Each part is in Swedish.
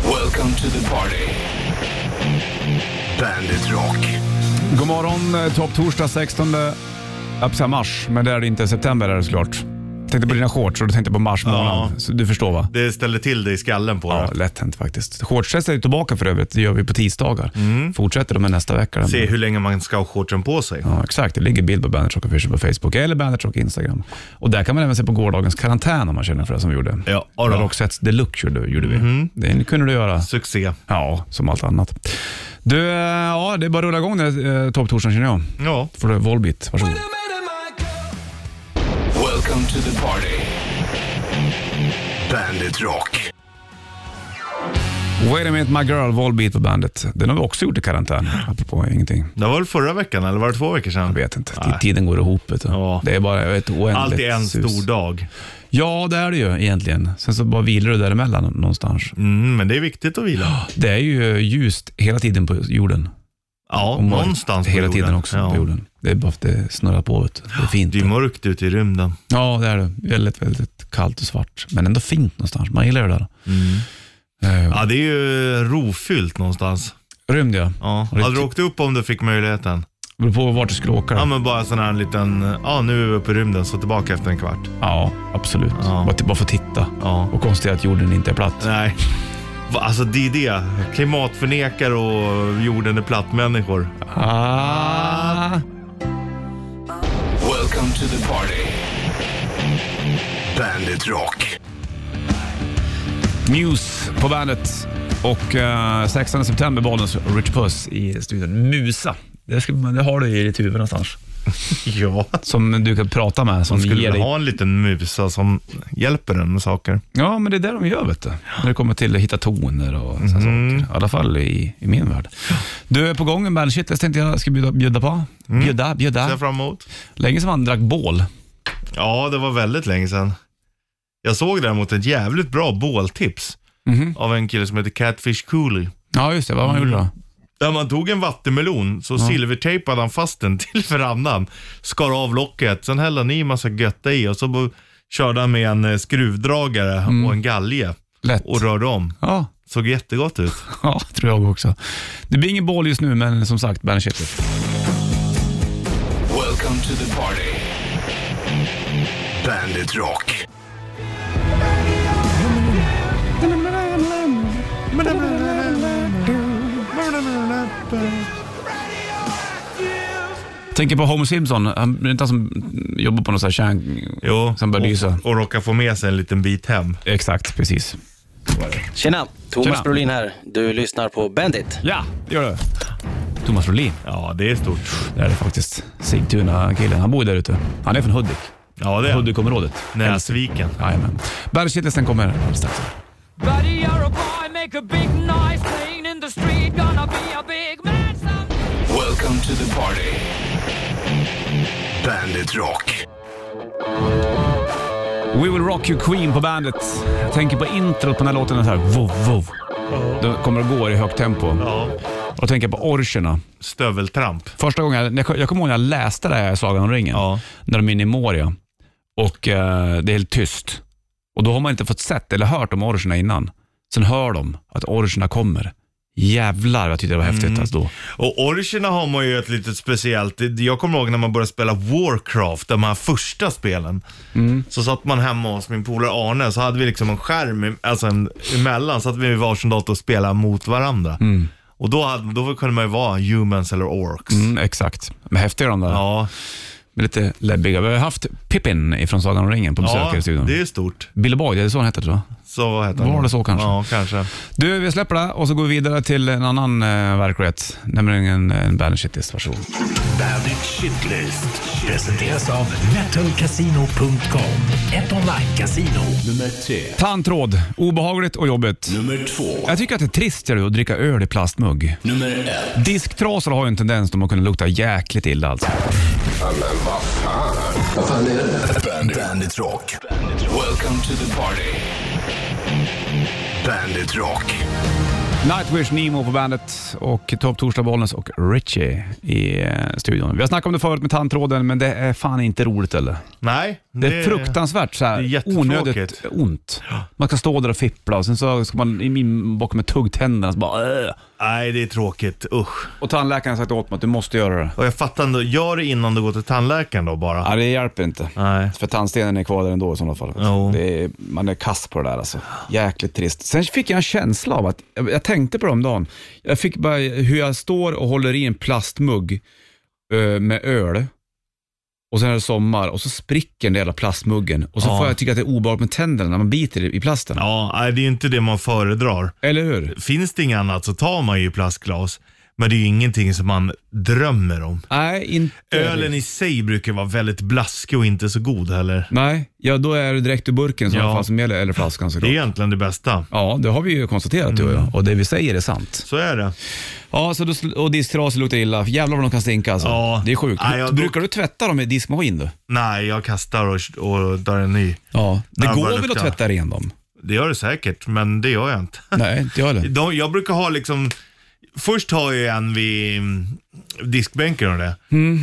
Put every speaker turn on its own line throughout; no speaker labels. Welcome to the party. Bandit Rock.
God morgon, eh, topp torsdag 16 jag höll på att säga mars, men det är det inte. September är det såklart. Jag tänkte på dina shorts och då tänkte jag på mars månad.
Ja.
Så du förstår va?
Det ställer till det i skallen på
Ja,
dig.
lätt hänt faktiskt. Shortstestet är tillbaka för övrigt. Det gör vi på tisdagar. Fortsätter de med nästa vecka.
Mm. Se hur länge man ska ha shortsen på sig.
Ja, exakt. Det ligger bild på Bandit Rock Official på Facebook eller Bandit Rock Instagram. Och där kan man även se på gårdagens karantän om man känner för det som vi gjorde.
Ja, ja då. Mm.
Roxettes Deluxe gjorde, gjorde vi. Det kunde du göra.
Succé.
Ja, som allt annat. Du, eh, ja, det är bara att rulla igång den eh, topptorsdagen känner jag.
Ja.
Får du Volbeat, varsågod.
Welcome to the party. Bandit Rock.
Wait a minute my girl, Volbeat på bandet. Den har vi också gjort i karantän, apropå ingenting.
Det var väl förra veckan eller var det två veckor sedan?
Jag vet inte, tiden går ihop. Vet du.
Ja.
Det är bara ett oändligt
Allt i en
sus.
stor dag.
Ja, det är det ju egentligen. Sen så bara vilar du däremellan någonstans.
Mm, men det är viktigt att vila.
Det är ju ljust hela tiden på jorden.
Ja,
Och mörkt
någonstans på
Hela tiden
jorden.
också
Ja.
på jorden. Det är bara för att det snurrar på. Vet du. Det är fint.
Det är mörkt ute i rymden.
Ja, det är det. Väldigt, väldigt kallt och svart. Men ändå fint någonstans. Man gillar det där. Eh,
Ja, det är ju rofyllt någonstans.
Rymd ja.
Ja.
Och det
Hade du åkt upp om du fick möjligheten?
beror på vart du skulle åka.
Ja,
då.
men bara sån här liten, ja nu är vi uppe i rymden, så tillbaka efter en kvart.
Ja, absolut.
Ja.
Bara, bara få titta.
Ja.
Och konstatera att jorden inte är platt.
Nej. Va, Alltså det är det. Klimatförnekare och jorden är platt-människor.
Ah.
Welcome to the party. Bandit Rock.
Muse på bandet. Och eh, 16 september Bollnäs Rich Puss i studion. Musa. Det, ska, det har du i ditt huvud någonstans.
Ja.
Som du kan prata med. Som
Man skulle
ger
vilja
dig...
ha en liten musa som hjälper en med saker.
Ja, men det är det de gör vet du. När det kommer till att hitta toner och sådana saker. I alla fall i, i min värld. Du är på gång med Bandit Shitlist tänkte jag ska bjuda, bjuda på. Bjuda,
Ser
bjuda.
jag fram emot.
Länge sedan man drack bål.
Ja, det var väldigt länge sedan. Jag såg däremot ett jävligt bra båltips
Mhm.
av en kille som heter Catfish Cooley.
Ja, just det. Vad man gjorde då?
Där man tog en vattenmelon, så silvertejpade han fast den till varannan, skar av locket, sen hällde han i massa götta i och så bo- körde han med en eh, skruvdragare
Mm.
och en galge
Lätt.
och rörde om.
Ja,
Såg jättegott ut.
ja, tror jag också. Det blir ingen bål just nu, men som sagt, Bandit Shitlist.
Welcome to the party. Bandit Rock.
Tänker på Homer Simpson. Han det är inte han som jobbar på någon sån här kärn...
Jo,
Sen började lysa.
och, och råkade få med sig en liten bit hem.
Exakt, precis.
Tjena, Thomas
Tjena.
Brolin här. Du lyssnar på Bandit.
Ja, det gör det. Thomas Rolin.
Ja, det är stort.
Det är det faktiskt. Sigtuna-killen. Han bor ju där ute. Han är från Hudik.
Ja, det är
Hudikområdet.
Näsviken.
Jajamän. Bandit-shitlisten kommer alldeles strax.
Buddy, you're a boy, make a big noise, playing in the street, gonna be a big man someday.
Welcome to the party. Bandit Rock.
We will rock you Queen på bandet. Jag tänker på introt på den här låten. den är Så här, vov, vov. Då kommer det gå i högt tempo.
Ja.
Och tänker på orcherna.
Stöveltramp.
Första gången, jag, jag, jag kommer ihåg när jag läste det här i Sagan om ringen.
Ja.
När de är inne i Moria. Och eh, det är helt tyst. Och då har man inte fått sett eller hört om orcherna innan. Sen hör de att orcherna kommer. Jävlar jag tyckte det var häftigt
Mm.
alltså då.
Och orcherna har man ju ett litet speciellt, jag kommer ihåg när man började spela Warcraft, de här första spelen.
Mm.
Så satt man hemma hos min polare Arne, så hade vi liksom en skärm i- alltså en, emellan, satt vi vid varsin dator och spelade mot varandra. Och då, hade, då kunde man ju vara humans eller orks.
Mm, exakt. Men häftiga de där.
Ja,
Men lite läbbiga. Vi har haft Pippin ifrån Sagan om ringen på besök
ja
här i studion.
det är ju stort.
Billy Boyd, det är så han hette tror jag.
Så heter han.
Var det så kanske?
Ja, kanske.
Du, vi släpper det och så går vi vidare till en annan eh, verklighet, nämligen en, en Bandit Shitlist. Varsågod.
Bandit Shitlist presenteras av metalcasino.com. Ett online-casino.
Nummer tre.
Tandtråd, obehagligt och jobbigt.
Nummer två.
Jag tycker att det är tristare att dricka öl i plastmugg.
Nummer ett.
Disktrasor har ju en tendens de att kunna lukta jäkligt illa alltså.
Vad fan är det? Bandit, Bandit Rock. Welcome to the party. Bandit Rock.
Nightwish, Nemo på bandet och Topp Torsdag, Bollnäs och Richie i eh, studion. Vi har snackat om det förut med tandtråden, men det är fan inte roligt eller?
Nej.
Det är fruktansvärt så här,
det är jättetråkigt.
onödigt ont. Man ska stå där och fippla och sen så ska man in bakom med tuggtänderna så bara äh.
Nej, det är tråkigt. Usch.
Och tandläkaren har sagt åt mig att du måste göra det.
Och jag fattar ändå, gör det innan du går till tandläkaren då bara.
Ja, det hjälper inte.
Nej.
För tandstenen är kvar där ändå i sådana fall.
Jo.
Det är, man är kass på det där alltså. Jäkligt trist. Sen fick jag en känsla av att, jag, jag tänkte på det om dagen. Jag fick bara hur jag står och håller i en plastmugg eh, med öl. Och sen är det sommar och så spricker den där jävla plastmuggen. Och så
Ja.
får jag tycka att det är obehagligt med tänderna när man biter i i plasten.
Ja, nej, det är ju inte det man föredrar.
Eller hur?
Finns det inget annat så tar man ju plastglas. Men det är ju ingenting som man drömmer om.
Nej, inte.
Ölen i sig brukar vara väldigt blaskig och inte så god heller.
Nej, ja då är det direkt ur burken i sådana
Ja.
fall som gäller, eller flaskan
Det Mm. är
såklart.
egentligen det bästa.
Ja, det har vi ju konstaterat du och jag. Och det vi säger är sant.
Så är det.
Ja, så då, och disktrasor luktar illa. Jävlar vad de kan stinka alltså.
Ja.
Det är sjukt.
Nej, jag-
Brukar du tvätta dem i diskmaskin du?
Nej, jag kastar och, och tar en ny.
Ja. Det
Nej, de bara
går väl att
luktar.
tvätta ren dem?
Det gör det säkert, men det gör jag inte.
Nej, inte jag heller.
De, jag brukar ha liksom, först har jag en vid mm, diskbänken och det.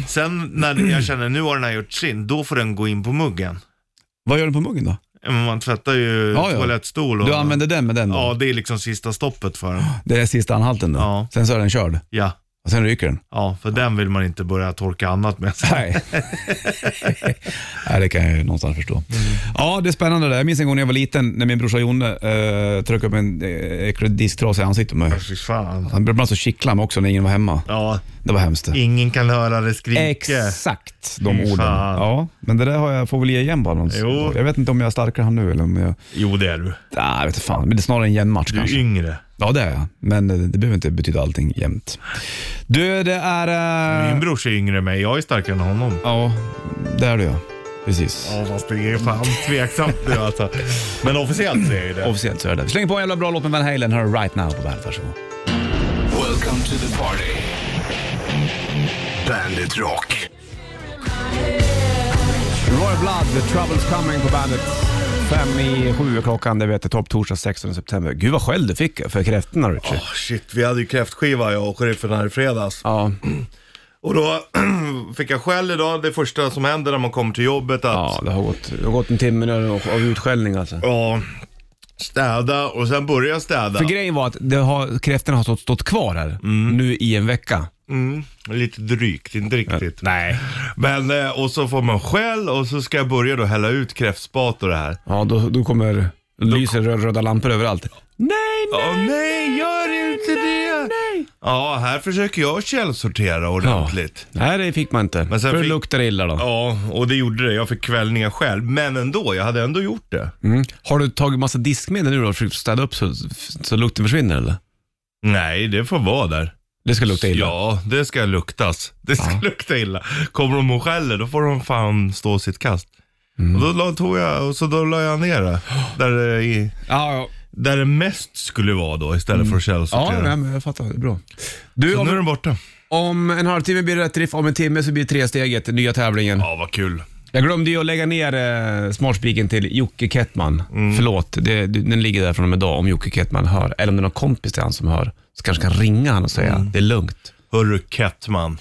Sen när jag känner nu har den här gjort sin, då får den gå in på muggen.
Vad gör du på muggen då?
Ja, Men man tvättar ju
Ja, ja.
toalettstol och...
Du använder den med den då?
Ja, det är liksom sista stoppet för den.
Det är sista anhalten då?
Ja.
Sen så är den körd?
Ja,
Och sen ryker den?
ja för den vill man inte börja torka annat med.
Nej. Nej, det kan jag ju någonstans förstå. Ja, det är spännande det där. Jag minns en gång när jag var liten när min brorsa Jonne eh, tryckte upp en eh, äcklig disktrasa i ansiktet på mig.
Fy fan.
Han blev ibland så kittlade mig också när ingen var hemma.
Ja,
Det var hemskt. det.
ingen kan höra det skrika.
Exakt de
Fy
orden.
fan.
Ja, men det där har jag, får väl ge igen på någon.
Jo.
Jag vet inte om jag är starkare än han nu eller om jag...
Jo, det är du.
Nej, jag vet inte fan. Men det är snarare en jämn match
Du är
kanske.
yngre.
Ja, det är jag. Men eh, det behöver inte betyda allting jämt. Du, det är...
Min
eh,
brorsa är yngre än mig, jag är starkare än honom.
Ja, det är du ja. Precis.
Ja, fast det är fan tveksamt nu alltså. Men officiellt så är ju det.
Officiellt så är det. Vi slänger på en jävla bra låt med Van Halen. Hör Right Now på bandet. Varsågod.
Welcome to the party. Bandit Rock.
Royal Blood, The Troubles Coming på bandet. Fem i sju är klockan, det vet jag. Topp torsdag 16 september. Gud vad skäll du fick för kräftorna Richie.
Oh, shit, vi hade ju kräftskiva jag och sheriffen här i fredags.
Ja.
Och då fick jag skäll idag, det första som händer när man kommer till jobbet att
Ja,
ja.
det har gått, det har gått en timme nu av- av utskällning alltså.
städa och sen börja städa.
För grejen var att det har, kräftorna har stått, stått kvar här nu i en vecka.
Mm, lite drygt, inte riktigt. Nej. Men, eh, och så får man skäll och så ska jag börja då hälla ut kräftspat och det här.
Ja, då, då kommer lyser röd, röda lampor överallt. Nej, nej!
Åh nej, gör inte det! Ja, här försöker jag källsortera
Ja.
ordentligt.
Nej, det fick man inte.
Men sen
För det
fick-
luktar illa då.
Ja, och det gjorde det. Jag fick kvällningar själv. Men ändå, jag hade ändå gjort det.
Mm. Har du tagit massa diskmedel nu då för att städa upp så, så lukten försvinner eller?
Nej, det får vara där.
Det ska lukta illa.
Ja, det ska luktas. Det ska lukta illa. Kommer de och skäller, då får de fan stå sitt kast. Och då la, tog jag, och så då la jag ner det. Där det, i-
ja, ja.
där det mest skulle vara då, istället för att
ja
källsortera.
nej, men jag fattar. Det är bra. Du,
så nu är
om,
den borta.
om en halvtimme blir det rätt riff, om en timme så blir det tresteget, nya tävlingen.
Ja, vad kul.
Jag glömde ju att lägga ner eh, smartspiken till Jocke Kettman. Förlåt, det, den ligger där från och med idag om Jocke Kettman hör. Eller om det är någon kompis till han som hör, så kanske kan ringa han och säga det är lugnt.
Hörru Kettman.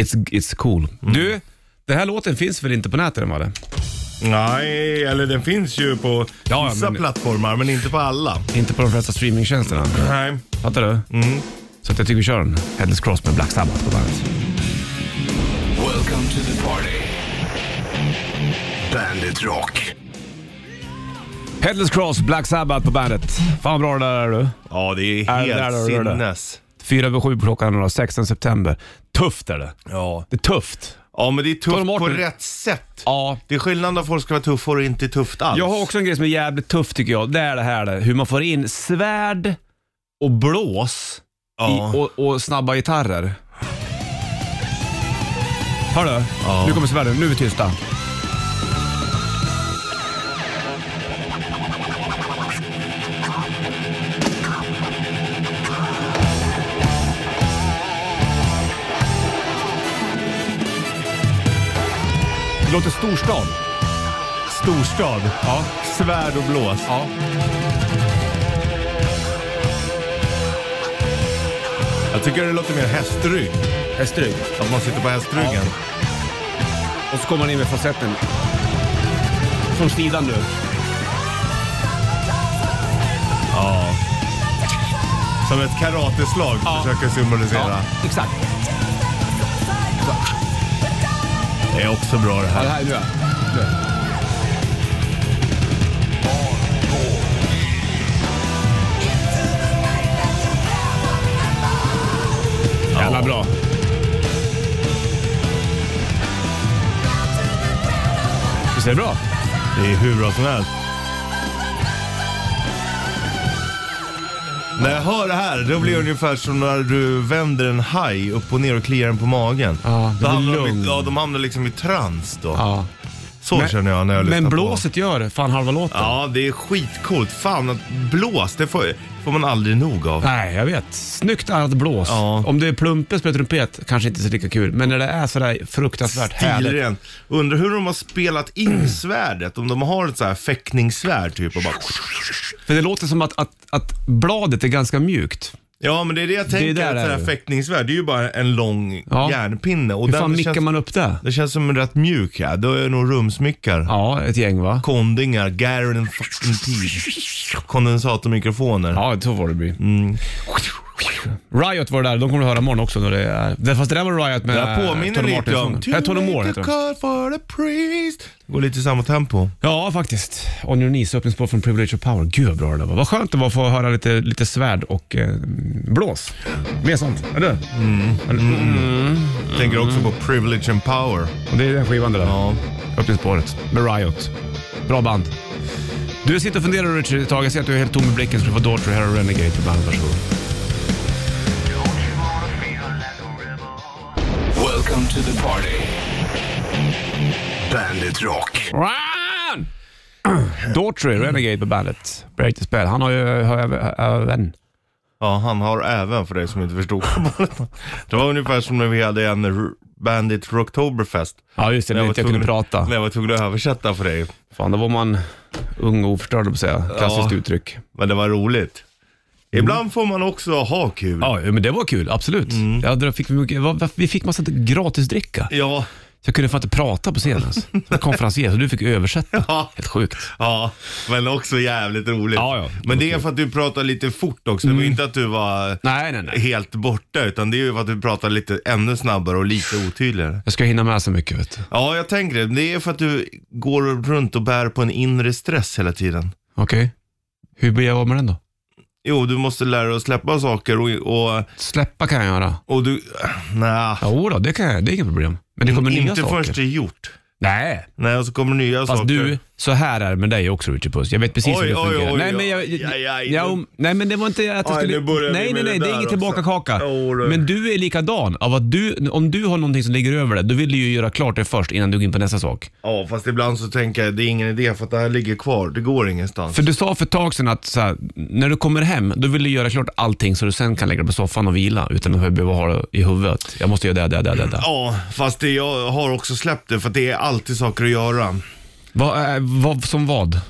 It's, it's cool. Du, den här låten finns väl inte på nätet än va? det?
Nej, eller den finns ju på
ja,
vissa
men-
plattformar, men inte på alla.
Inte på de flesta streamingtjänsterna.
Nej.
Fattar du? Så att jag tycker vi kör den. Headless Cross med Black Sabbath på bandet.
Welcome to the party. Bandit Rock.
Headless Cross, Black Sabbath på bandet. Fan vad bra det där är du.
Ja, det är
Ja, det
helt
där då, det där.
sinnes.
Fyra över sju på klockan nu då, 16 september. Tufft är det.
Ja.
Det är tufft.
Ja, men det är
Ta dem
tufft
bort
på
nu.
rätt sätt.
Ja.
Det är skillnad när folk ska vara tuffa och inte tufft alls.
Jag har också en grej som är jävligt tuff tycker jag. Det är det här där, hur man får in svärd och blås
Ja.
i, och, och snabba gitarrer. Hör du? Nu kommer svärden. Nu är vi tysta. Det låter storstad.
Storstad. Ja. Svärd och blås.
Ja.
Jag tycker det låter mer hästrygg.
Hästrygg.
Att man sitter på hästryggen.
Och så kommer man in med facetten. Från sidan nu.
Som ett karateslag försöker symbolisera.
exakt.
Det är också bra det
Ja,
här.
det här är nu ja. Nu. Jävla bra. Visst är det bra?
Det är hur bra som helst. När jag hör det här, då blir det
Mm.
ungefär som när du vänder en haj upp och ner och kliar den på magen.
Ja, det blir
då hamnar de,
lugn.
i- ja, de hamnar liksom i trans då.
Ja.
Så känner jag när jag lyssnar
Men
på-
blåset gör det. Fan halva låten.
Ja, det är skitcoolt. Fan, att blås, det får, får man aldrig nog av.
Nej, jag vet. Snyggt arrat blås.
Ja.
Om det är plumpes med trumpet kanske inte så lika kul, men när det är sådär fruktansvärt härligt.
Stilren. Undrar hur de har spelat in svärdet. Om de har ett så här fäktningssvärd typ och bara...
För det låter som att, att, att bladet är ganska mjukt.
Ja, men det är det jag tänker.
där
ett
är
sånt här
det.
fäktningssvärd, det är ju bara en lång
Ja.
järnpinne. Och
Hur fan
den
mickar
känns,
man upp det?
det känns som en rätt mjuk här. Då är det nog rumsmickar.
Ja, ett gäng va?
Kondingar, Garen fucking Teed. Kondensatormikrofoner.
Ja, så får det bli.
Mm.
Riot var det där, de kommer du höra imorgon också. När det är. det- Fast det där var Riot med
Det här påminner
Äh, Tony
lite om...
Martin-sången. Nej, Tony Moore heter
heter
de.
for a priest. Det går lite i samma tempo.
Ja, faktiskt. On your knees, öppningsspår från Privilege of Power. Gud vad bra det där var. Vad skönt det var att få höra lite, lite svärd och eh, blås. Mer sånt. Eller hur?
Tänker också på
Mm.
privilege and power.
Och det är den skivan det där.
Ja.
Öppningsspåret med Riot. Bra band. Du sitter och funderar Richard ett tag. Jag ser att du är helt tom i blicken så du får Daughtry här och Renegade på bandet. Varsågod.
Welcome to the party. Bandit Rock.
Run! Daughtry, Renegade på bandet. Break the spell. Han har ju har även... även-
Ja, han har även för dig som inte förstod. det var ungefär som när vi hade en R- Bandit Rocktoberfest.
Ja, just det. När
var
jag inte jag kunde
tvungen-
prata.
När jag var tvungen att översätta för dig.
Fan, då var man ung och oförstörd, höll jag på att säga. Klassiskt
Ja.
uttryck.
Men det var roligt. Ibland får man också ha kul.
Ja, men det var kul. Absolut. Ja, då fick vi, mycket, vad- vad- vi fick massa gratisdricka.
Ja,
Så jag kunde fan inte prata på scenen ens. Jag var konferencier, så du fick översätta.
Ja.
Helt sjukt.
ja, men också jävligt roligt.
Ja, ja.
Men det är för att du pratar lite fort också. Det var inte att du var
Nej, nej, nej.
helt borta, utan det är ju för att du pratar lite ännu snabbare och lite otydligare.
Jag ska hinna med så mycket, vet du.
Ja, jag tänker det. Det är för att du går runt och bär på en inre stress hela tiden.
Okej. Hur blir jag av med den då?
Jo, du måste lära dig att släppa saker och, och,
Släppa kan jag göra.
och du... Nej.
Jo då, det kan jag. Det är inget problem. Men det kommer nya
Mm, inte
saker.
först det är gjort.
Nej.
Nej, och så kommer nya
Fast
saker.
du, så här är det med dig också Richard Puss. Jag vet precis
Oj,
hur det
oj,
fungerar.
oj,
nej, men
oj.
jag,
Ja, ja,
ja, om- nej, men det var inte att jag
Aj,
skulle...
nu börjar vi
nej, nej,
med
nej, det
det
är
där
ingen
också.
tillbakakaka.
Jo, det-
Men du är likadan. Av att du, om du har någonting som ligger över dig, då vill du ju göra klart det först innan du går in på nästa sak.
Ja, fast ibland så tänker jag det är ingen idé för att det här ligger kvar. Det går ingenstans.
För du sa för ett tag sedan att så här, när du kommer hem, då vill du göra klart allting så du sen kan lägga dig på soffan och vila utan att behöva ha det i huvudet. Jag måste göra det, det, det, det. det.
Ja, fast det, jag har också släppt det för att det är alltid saker att göra.
Vad, är- vad, som vad?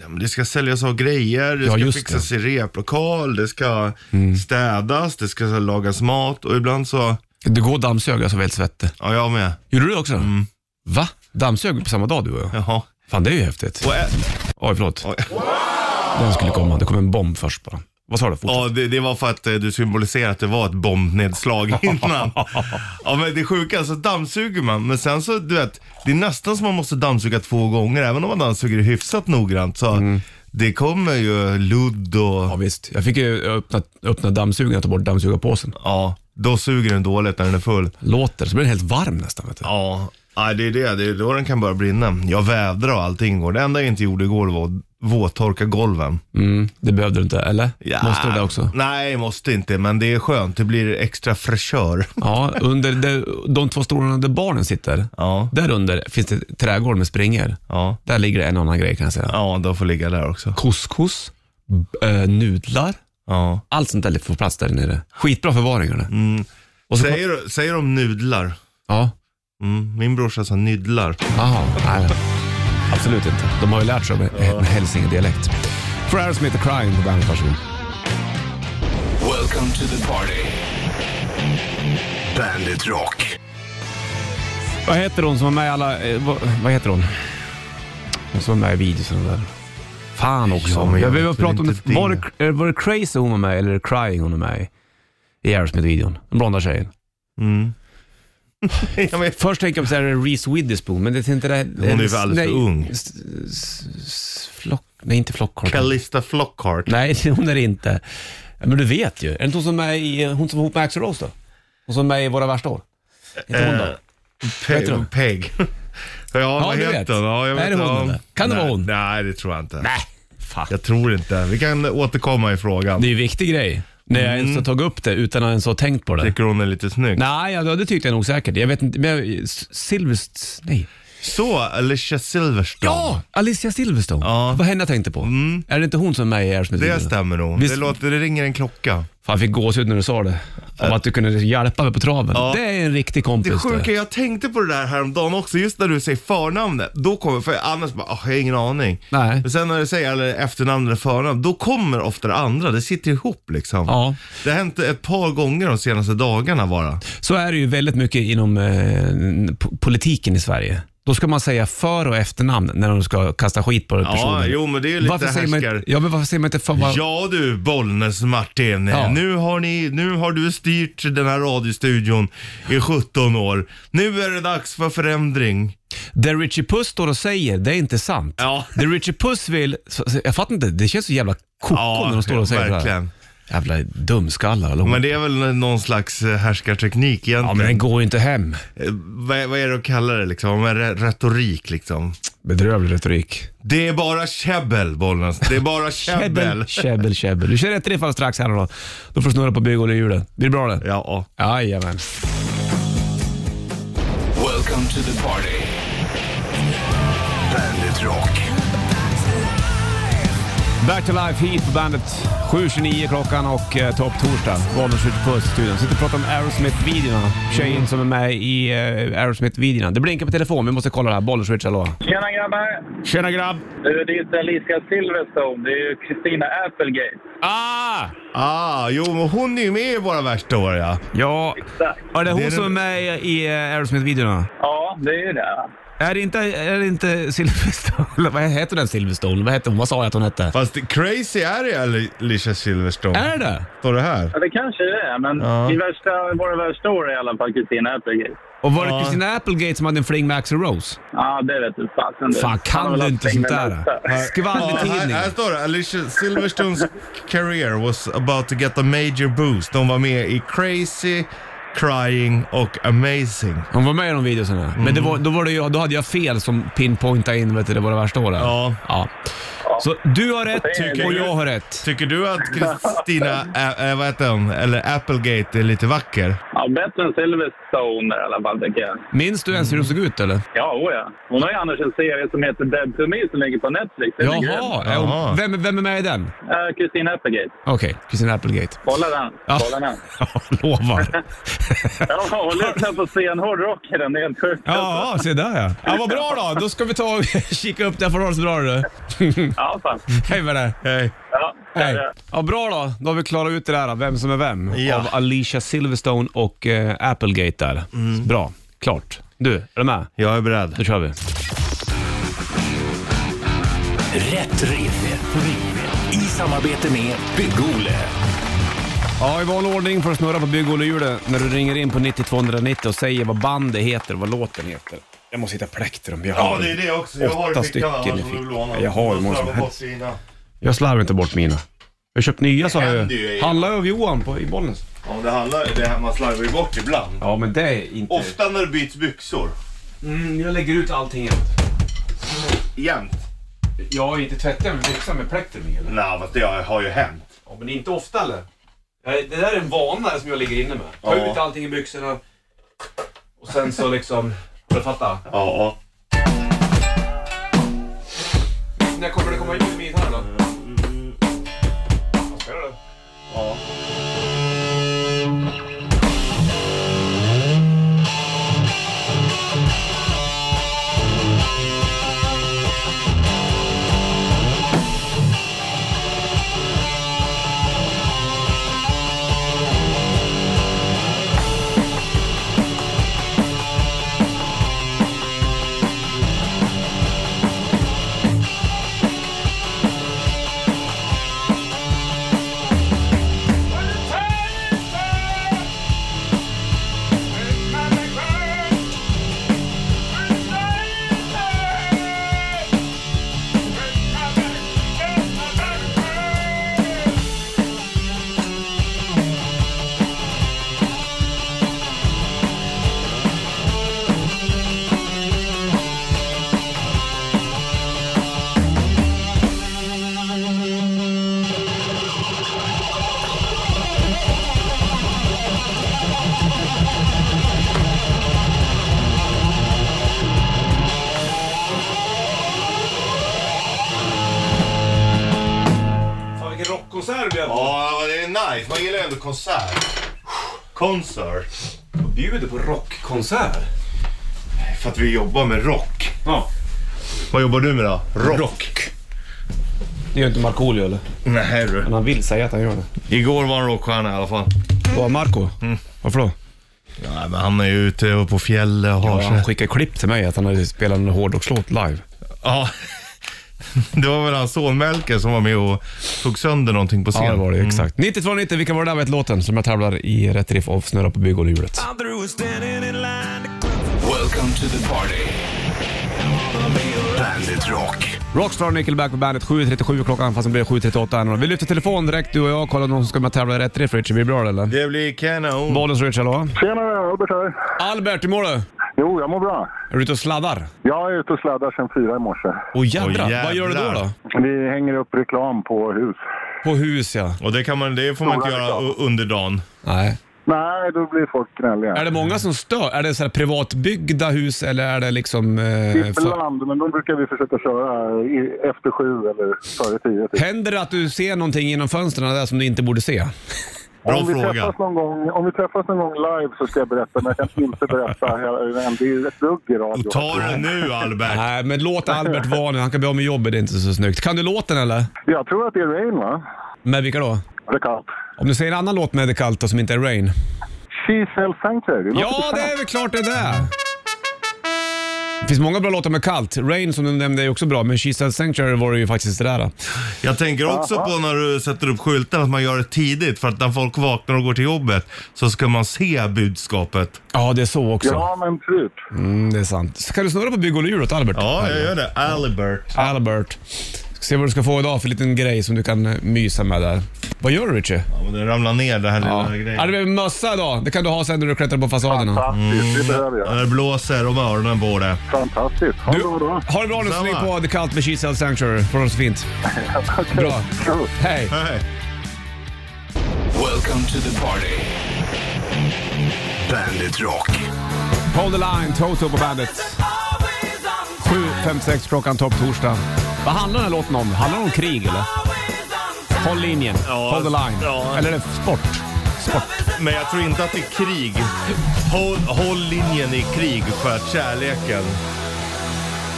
Ja, men det ska säljas av grejer, det
Ja,
ska
just Mm.
fixas i replokal, det ska städas, det ska så här lagas mat och ibland så...
Det går att dammsuga så väl svettig.
Ja, jag med.
Gjorde du det också? Va? Dammsög på samma dag du och jag?
Jaha.
Fan, det är ju häftigt.
Och ä-
Oj, förlåt. Den skulle komma. Det kom en bomb först bara. Vad sa du? Fortsätt.
Ja, det, det var för att eh, du symboliserade att det var ett bombnedslag innan. ja, men det sjuka, så dammsuger man, men sen så, du vet, det är nästan som man måste dammsuga två gånger, även om man dammsuger hyfsat noggrant. Så det kommer ju ludd
Ja,
och,
visst. Jag fick ju öppna, öppna dammsugaren och ta bort dammsugarpåsen.
ja, då suger den dåligt när den är full.
Låter, så blir den helt varm nästan. Vet du.
Ja, nej, det är det, det är då den kan börja brinna. Jag vädrar och allting går. Det enda jag inte gjorde igår var att våttorka golven.
Mm, det behövde du inte, eller? Måste du det också?
Nej, måste inte, men det är skönt. Det blir extra fräschör.
Ja, under de, de två stolarna där barnen sitter,
Ja,
där under finns det ett trädgård med springor.
ja.
Där ligger det en annan grej kan jag säga.
Ja, de får ligga där också.
Couscous, b- eh, nudlar,
Ja.
allt sånt där får plats där nere. Skitbra förvaringar. Mm. Och så,
Säger, säger de nudlar?
Ja.
Mm, min brorsa sa nudlar.
Jaha, nej. Absolut inte. De har ju lärt sig med, med hälsingedialekt. För Aerosmith och Crying på bandet, varsågod.
Welcome to the party. Bandit Rock.
Vad heter hon som var med i alla... Eh, vad, vad heter hon? Hon som var med i videosen där. Fan också.
Ja, men jag
jag vill
vet väl
prata om
inte
det. Var,
det.
det, eh, var det Crazy hon var med eller är det Crying hon är med i? I Aerosmith-videon. Den blonda tjejen.
Mm. Jag vet.
Först tänker jag på så här Reese Witherspoon, men det är inte det. Hon
är väl alldeles för ung.
Flock... Nej, inte Flockhart.
Calista Flockhart.
Nej, hon är det inte. Men du vet ju. Är det inte hon som är i, hon som var ihop med Axl Rose då? Hon som är med i Våra Värsta År? Heter hon då?
Eh,
Vad heter hon?
Pe- Peg. Ja, vad
du vet.
heter hon? Ja, jag vet.
Är det hon
ja.
eller? Kan det
nej,
vara hon?
Nej, det tror jag inte.
Nej, fan.
Jag tror inte. Vi kan återkomma i frågan.
Det är ju en viktig grej. När jag
Mm.
ens har tagit upp det utan att ens ha tänkt på det.
Tycker hon är lite snygg.
Nej, ja, det tyckte jag nog säkert. Jag vet inte, men jag- S- Silverst... Nej.
Så, Alicia Silverstone.
Ja! Alicia Silverstone.
Ja. Mm.
Vad henne jag tänkte på. Är det inte hon som är med i
Det
Aerosmith?
stämmer nog.
Visst-
Det, låter, det ringer en klocka.
Fan, jag fick gåshud när du sa det. Om att du kunde hjälpa mig på traven.
Äh. Ja.
Det är en riktig kompis.
Det
det.
sjuka, jag tänkte på det där häromdagen också, just när du säger förnamnet. Då kommer, för annars bara, "Ah, jag har ingen aning.
Nej.
Men sen när du säger eller efternamn eller förnamn, då kommer ofta det andra. Det sitter ihop liksom.
Ja.
Det har hänt ett par gånger de senaste dagarna bara.
Så är det ju väldigt mycket inom eh, po- politiken i Sverige. Då ska man säga för och efternamn när de ska kasta skit på personen.
jo, men det är ju lite
varför säger man,
härskar-
Ja, men varför säger man inte för... Var,
Ja du Bollnäs-Martin,
Ja.
nu, har ni- nu har du styrt den här radiostudion i 17 år. Nu är det dags för förändring.
Det Richie Puss står och säger, det är inte sant.
Ja.
Det Richie Puss vill... så- så- Jag fattar inte, det känns så jävla koko när de står och säger sådär.
verkligen.
Jävla dumskallar. Eller
Men det är väl någon slags eh, härskarteknik
Ja, men den
egentligen.
går ju inte hem.
Eh, vad, vad är det att kalla det liksom? Vad är det- Retorik liksom.
Bedrövlig retorik.
Det är bara käbbel, Bollnäs. Det är bara käbbel.
Käbbel, käbbel, käbbel. Du kör rätt i det fallet strax här då. Då får du snurra på bygghjulen. Blir det bra det?
Ja.
Jajamän.
Welcome to the party. Bandit Rock.
Back to life hit på bandet. 7.29 klockan och eh, topp torsdag. Bollnäs skjuter puss i studion. Sitter och pratar om Aerosmith-videorna. Tjejen som är med i eh, Aerosmith-videorna. Det blinkar på telefon. Vi måste kolla det här. Bollnäs skjuter, hallå.
Tjena grabbar!
Tjena grabb!
Du, det är inte Alicia Silverstone, det är ju Christina Applegate.
Ah!
Ah, jo, men hon är ju med i Våra värsta år ja.
Ja.
Tack.
Är det hon
Det är
som är
den-
med i eh, Aerosmith-videorna?
Ja, det är ju det.
Är det inte, är det inte Silverstone? Eller Vad heter den Silverstone? Vad heter hon? Vad sa jag att hon hette?
Fast det- crazy är det Ali- Alicia Silverstone.
Är det?
Står det här?
Ja, det kanske det är, men
Ja.
i värsta, våra värsta år är i alla fall Christina Applegate.
Och var det
Ja.
Christina Applegate som hade en fling med Axl Rose?
Ja, det vet du fasen du.
Fan,
Han har
kan du
väl
inte
haft
sånt
pengar
där?
nästa.
Ja, här,
Skvallertidning.
här står det. Alicia Silverstones career was about to get a major boost. De var med i Crazy, Crying och Amazing.
Hon var med i de videoserna. Men det var, då, var det jag, då hade jag fel som pinpointade in vet du, det var det värsta året.
Ja.
ja. Så du har rätt
Tycker
och
du-
jag har rätt.
Tycker du att Kristina, äh, äh, vad heter hon, eller Applegate är lite vacker?
Ja, bättre än Silverstone i alla fall tycker jag.
Minns du ens hur hon såg ut eller?
Ja, oh ja. Hon har ju annars en serie som heter Dead to Me som ligger på Netflix. Den är grym.
Jaha, är
Jaha.
hon, vem, vem är med i den?
Eh, Christina Applegate.
Okej, Christina Applegate.
Kolla den.
Ja.
Kolla den.
Ja, lovar.
Ja, hon lyssnar på stenhård rock i den. Det är helt sjukt.
Ja, se där ja. ja. Vad bra då. Då ska vi ta och kika upp den för ha det så bra du.
Ja, fan.
Hej med dig.
Hej.
Ja,
Hej.
det-
Ja, bra då. Då har vi klarat ut det där, vem som är vem.
Ja.
Av Alicia Silverstone och eh, Applegate där. Bra, klart. Du, är du med?
Jag är beredd.
Då kör vi.
Rätt riff. I samarbete med Bygg-Ole.
Ja, i vanlig ordning får du snurra på bygg hjulet när du ringer in på 9290 och säger vad bandet heter och vad låten heter. Jag måste hitta plektrum. Jag har-
också.
åtta stycken i fickan. Jag har hur många som helst. Jag slarvar inte bort mina. Jag har köpt nya sa jag
händer
ju.
ju.
Handlar över Johan på, i Bollnäs.
Ja, det handlar, det här, man slarvar ju bort ibland.
Ja, men det är inte...
Ofta när det byts byxor.
Mm, jag lägger ut allting igen.
Jämt.
Jag har ju inte tvättat min byxa med plektrum i eller?
Nej, fast det har- har ju hänt.
Ja, men inte ofta eller? Jag- Det där är en vana som jag ligger inne med. Ta
Ja.
ut allting i byxorna och sen så liksom... Har du fattat?
Ja.
När kommer det komma ut med gitarren då? Vad spelar du?
Ja. nice. Man gillar ändå konsert. Konsert.
Bjuder på rockkonsert.
För att vi jobbar med rock.
Ja.
Vad jobbar du med då? Rock.
Det gör inte Markoolio eller?
Nej du.
Men han vill säga att han gör det.
Igår var han rockstjärna i alla fall.
Vad, Marco? Varför då?
Nej, men han är ju ute och på fjället och har
Han
sig.
skickade klipp till mig att han hade spelat en hårdrockslåt live.
Ja. Det var väl hans son Melker som var med och tog sönder någonting på scenen.
Ja, det var det.
Mm.
Exakt. 9290, vilka var det där med låten som jag tävlar i Rätt Riff och Snurra på bygghjulet?
Welcome to the party. Bandit Rock.
Rockstar Nickelback på bandet 7.37 klockan fast det blev 7.38 ändå. Vi lyfter telefonen direkt du och jag och kollar om någon som ska med och tävla i Rätt Riff Richard. Blir det bra eller?
Det blir kanon.
Bollens Richard, hallå?
Tjenare, Albert här.
Albert, hur mår du?
Jo, jag mår bra.
Är du ute och sladdar?
Jag är ute och sladdar sedan fyra i morse.
Åh jädrar.
Åh,
Vad gör du då
jädrar.
då?
Vi hänger upp reklam på hus.
På hus ja.
Och det, kan man, det får man inte
Stora
göra
reklam.
u- under dagen.
Nej.
Nej, då blir folk gnälliga.
Är det många som stör? Är det så här privatbyggda hus eller är det liksom... Eh, för...
Ibland, men då brukar vi försöka köra i, efter sju eller före tio. Typ.
Händer det att du ser någonting genom fönstren där som du inte borde se?
Bra
om, vi
fråga.
träffas någon gång, om vi träffas någon gång live så ska jag berätta, men jag kan inte berätta. hela- än. Det är ju ett dugg i radio.
Och ta det nu Albert.
Nej, men låt Albert vara nu. Han kan bli av med jobbet, det är inte så snyggt. Kan du låten eller?
Jag tror att det är Rain, va?
Med vilka då?
Det kan.
Om du säger en annan låt med The Cult då, som inte är Rain.
She Self Sanctuary. Det
Ja, det
låter
är väl klart det där! Det finns många bra låtar med Cult. Rain som du nämnde är också bra, men She Sells Sanctuary var det ju faktiskt det där.
Jag tänker också på när du sätter upp skylten att man gör det tidigt för att när folk vaknar och går till jobbet så ska man se budskapet.
Ja, det är så också.
Ja, men typ.
Mm, det är sant. Så kan du snurra på bygghjulet Albert?
Ja, jag gör det. Albert.
Albert. Ska se vad du ska få idag för liten grej som du kan eh, mysa med där. Vad gör du Richie?
Ja, men det ramlar ner det här lilla
Ja, det
grejen.
blir mössa idag. Det kan du ha sen när du klättrar på fasaderna.
Fantastiskt, det
Mm.
behöver
Ja,
jag.
Det blåser och med öronen på det.
Fantastiskt. Ha det bra då.
Ha det bra nu så
Samma.
släng på The Cult med She Sells Sanctuary. Får ha det så fint. Bra.
Cool.
Hej.
Hej.
Welcome to the party. Bandit Rock.
Hold the line, Toto på bandet. 7.56 klockan, topp torsdag. Vad handlar den här låten om? Handlar den om krig eller? Håll linjen,
Ja,
hold the line.
ja.
Eller är det sport?
Men jag tror inte att det är krig. Håll, håll linjen i krig för att kärleken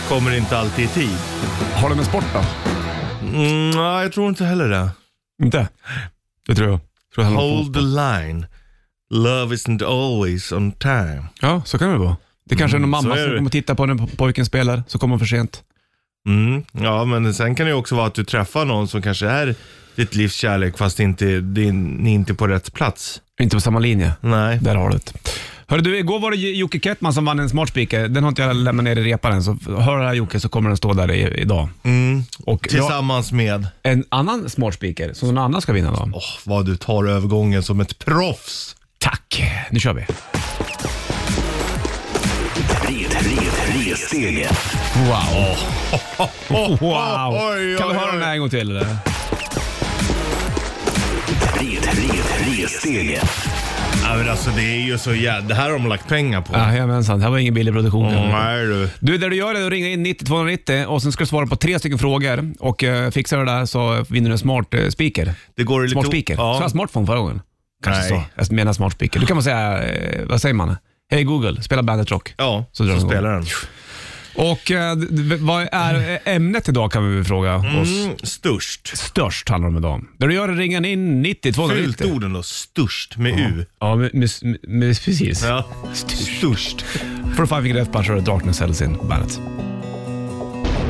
kommer inte alltid i tid.
Har det med sport då?
Mm, nej, jag tror inte heller det.
Inte? Det tror jag. Tror jag
Hold the line. Love isn't always on time.
Ja, så kan det vara. Det kanske är någon
Mm, så
mamma
är
som
det.
kommer titta på när pojken spelar, så kommer hon för sent.
Mm, ja, men sen kan det ju också vara att du träffar någon som kanske är ditt livs kärlek fast inte, din, ni är inte på rätt plats.
Inte på samma linje.
Nej.
Där har du det. Hörru du, igår var det J- Jocke Kettman som vann en smart speaker. Den har inte jag lämnat ner i repan än, så hör det här Jocke så kommer den stå där i, idag.
Mm.
Och jag,
Tillsammans med,
en annan smart speaker som någon annan ska vinna då.
åh vad du tar övergången som ett proffs.
Tack! Nu kör vi.
Red, red, ressteget.
Wow! Wow!
Oj,
kan vi
oj,
höra
oj.
den här en gång till eller?
Red, red, ressteget.
Ja, men alltså det är ju så jävla, det här har de lagt pengar på.
Jajamensan, det här var ingen billig produktion.
Mm, nej du.
Du, det du gör är att ringa in 90-290 och sen ska du svara på tre stycken frågor. Och eh, fixar du det där så vinner du en smart eh, speaker.
Det går lite...
Smart speaker. Sa
Ja.
jag smartphone förra gången? Kanske
Nej.
så. Jag menar smart speaker. Då kan man säga, eh, vad säger man? Hej Google, spela Bandet Rock.
Ja,
Så
så,
drar den
spelar den.
Och eh, d- d- vad är eh, ämnet idag kan vi väl fråga oss.
Mm, störst.
Störst handlar det om idag. Det du gör är att ringa in 90-290.
Fyllt orden då, störst med U.
Ja, men, men, men, precis.
Ja. Störst.
For Five Finger Death Punch och Darkness Hells in på bandet.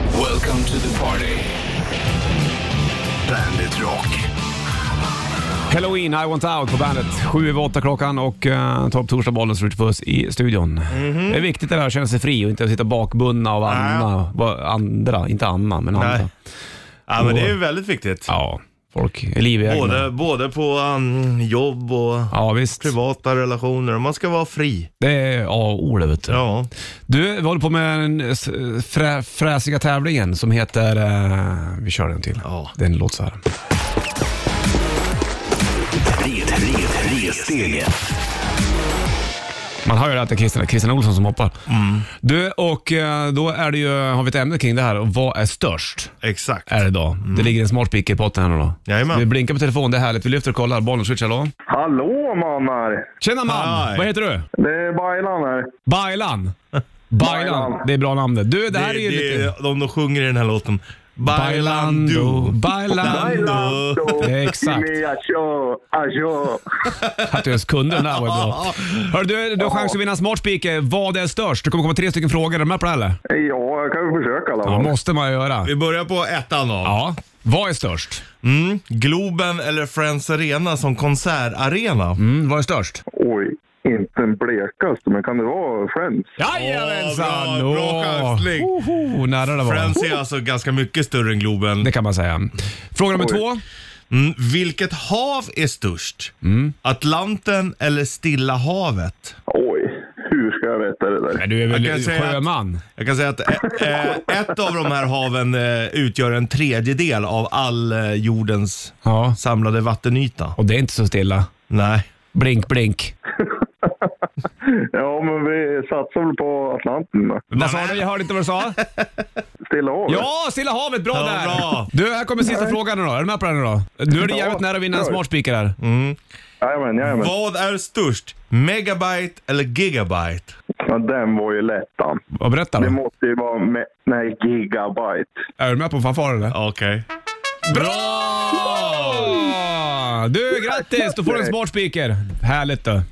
Welcome to the party. Bandit Rock.
Halloween, I Want Out på bandet. Sju över åtta klockan och uh, topp torsdag bollens Rich Puss i studion.
Mhm.
Det är viktigt det där att känna sig fri och inte sitta bakbundna av Anna. Va- Andra, inte Anna, men andra.
Nej. Ja, men det är ju väldigt viktigt.
Ja, folk är liv i egna.
Både, både på um, jobb och
Ja, visst.
privata relationer. Man ska vara fri.
Det är A-ordet vet du.
Ja.
Du, vi håller på med den eh, s- frä, fräsiga tävlingen som heter... eh, vi kör den till.
Ja.
Den låter så här.
Red, red, ressteget.
Man hör ju att det är Christian, Christian Olsson som hoppar. Du, och eh, då är det ju, har vi ett ämne kring det här. Och Vad är störst?
Exakt.
Är Äh, det då. Det ligger en smart spik i potten här nu då.
Jajamän.
Vi blinkar på telefon, det är härligt. Vi lyfter och kollar. Bollen switch, hallå?
Hallå mammar!
Tjena man!
Hej.
Vad heter du?
Det är Baylan här.
Bailan. Bailan.
Bailan.
Det är bra namn det. Du, det här är ju
det,
lite...
det, de, de sjunger i den här låten.
Bailando.
Bailando.
Bailando. Exakt.
Jimmy, Ajo, Ajo.
Att du ens kunde den där var ju bra. Hör du, du har chans att vinna en smart spik. Eh, Vad är störst? Det kommer komma tre stycken frågor. Är du med på det här, eller?
Ja, jag kan väl försöka i alla
Ja,
fall.
måste man göra.
Vi börjar på ettan då.
Ja. Vad är störst?
Mm. Globen eller Friends Arena som konsertarena?
Mm, vad är störst?
Oj, inte en blekaste, men kan det vara Friends?
Jajamensan!
Åh, bra, bra
Åh.
chansning.
Oho, nära det var.
Friends är alltså ganska mycket större än Globen.
Det kan man säga. Fråga nummer två.
Mm. Vilket hav är störst?
Mm.
Atlanten eller Stilla havet?
Oj, hur ska jag veta det där?
Men du är
Jag
väl
kan säga att-
sjöman?
Jag kan säga att eh, eh, ett av de här haven eh, utgör en tredjedel av all eh, jordens
Ja.
samlade vattenyta.
Och det är inte så stilla.
Nej.
Blink, blink.
Ja, men vi satsar väl på Atlanten då.
Vad sa du? Jag hörde inte vad du sa.
Stilla havet.
Ja, Stilla havet. Bra
Ja,
där.
bra.
Du, här kommer sista frågan nu då. Är du med på den nu då? Nu är det jävligt nära att vinna en
bra.
smart speaker här.
Jajamän, jajamän.
Vad är störst? Megabyte eller gigabyte?
Ja, den var ju lättan.
Vad berättar
Det
du?
måste ju vara med, nej, gigabyte.
Är du med på fanfar eller?
Okej.
Bra! Du, grattis! Du får en smart speaker. Härligt du.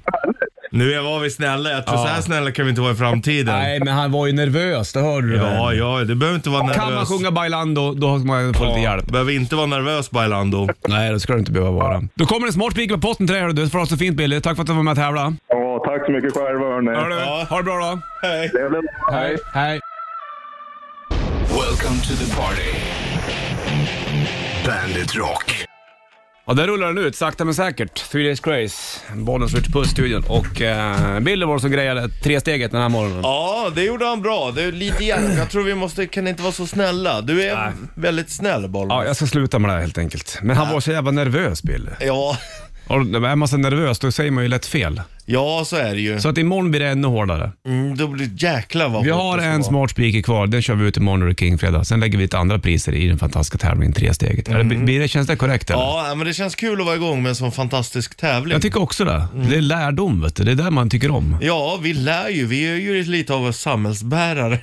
Nu är- var vi snälla. Jag tror så här snälla kan vi inte vara i framtiden.
Nej, men han var ju nervös. Det hörde du
Ja,
väl?
ja, du behöver inte vara nervös.
Kan man sjunga Bailando, då får man få lite hjälp.
Behöver inte vara nervös Bailando.
Nej, det ska du inte behöva vara. Då kommer en smart speaker på potten till dig. hörru Du får ha så fint Billy. Tack för att du var med och tävlade.
Ja, tack så mycket själva
Hör
hörni.
du?
Ja.
Ha det bra då.
Hej.
Trevligt.
Hej. Hej.
Welcome to the party. Bandit Rock.
Ja, där rullar den ut, sakta men säkert. Three Days Grace, Bollnäs Rich Puss-studion. Och eh, Billy var det som grejade tresteget den här morgonen.
Ja, det gjorde han bra. Det är lite hjälp. Jag tror vi måste, kan inte vara så snälla. Du är väldigt snäll Bollnäs.
Ja, jag ska sluta med det här helt enkelt. Men han var så jävla nervös Billy.
Ja.
Och är man så nervös då säger man ju lätt fel.
ja, så är det ju.
Så att imorgon blir det ännu hårdare.
Mm, då blir jäklar vad
Vi
hårt
har
det ska
en
vara.
smart speaker kvar. Den kör vi ut imorgon när det är King-fredag. Sen lägger vi ut andra priser i den fantastiska tävlingen Tresteget. Eller, blir det, känns det korrekt eller?
Mm. Ja, men det känns kul att vara igång med en sån fantastisk tävling.
Jag tycker också det.
Mm.
Det är lärdom vet du. Det är det man tycker om.
Ja, vi lär ju. Vi är ju lite av en samhällsbärare.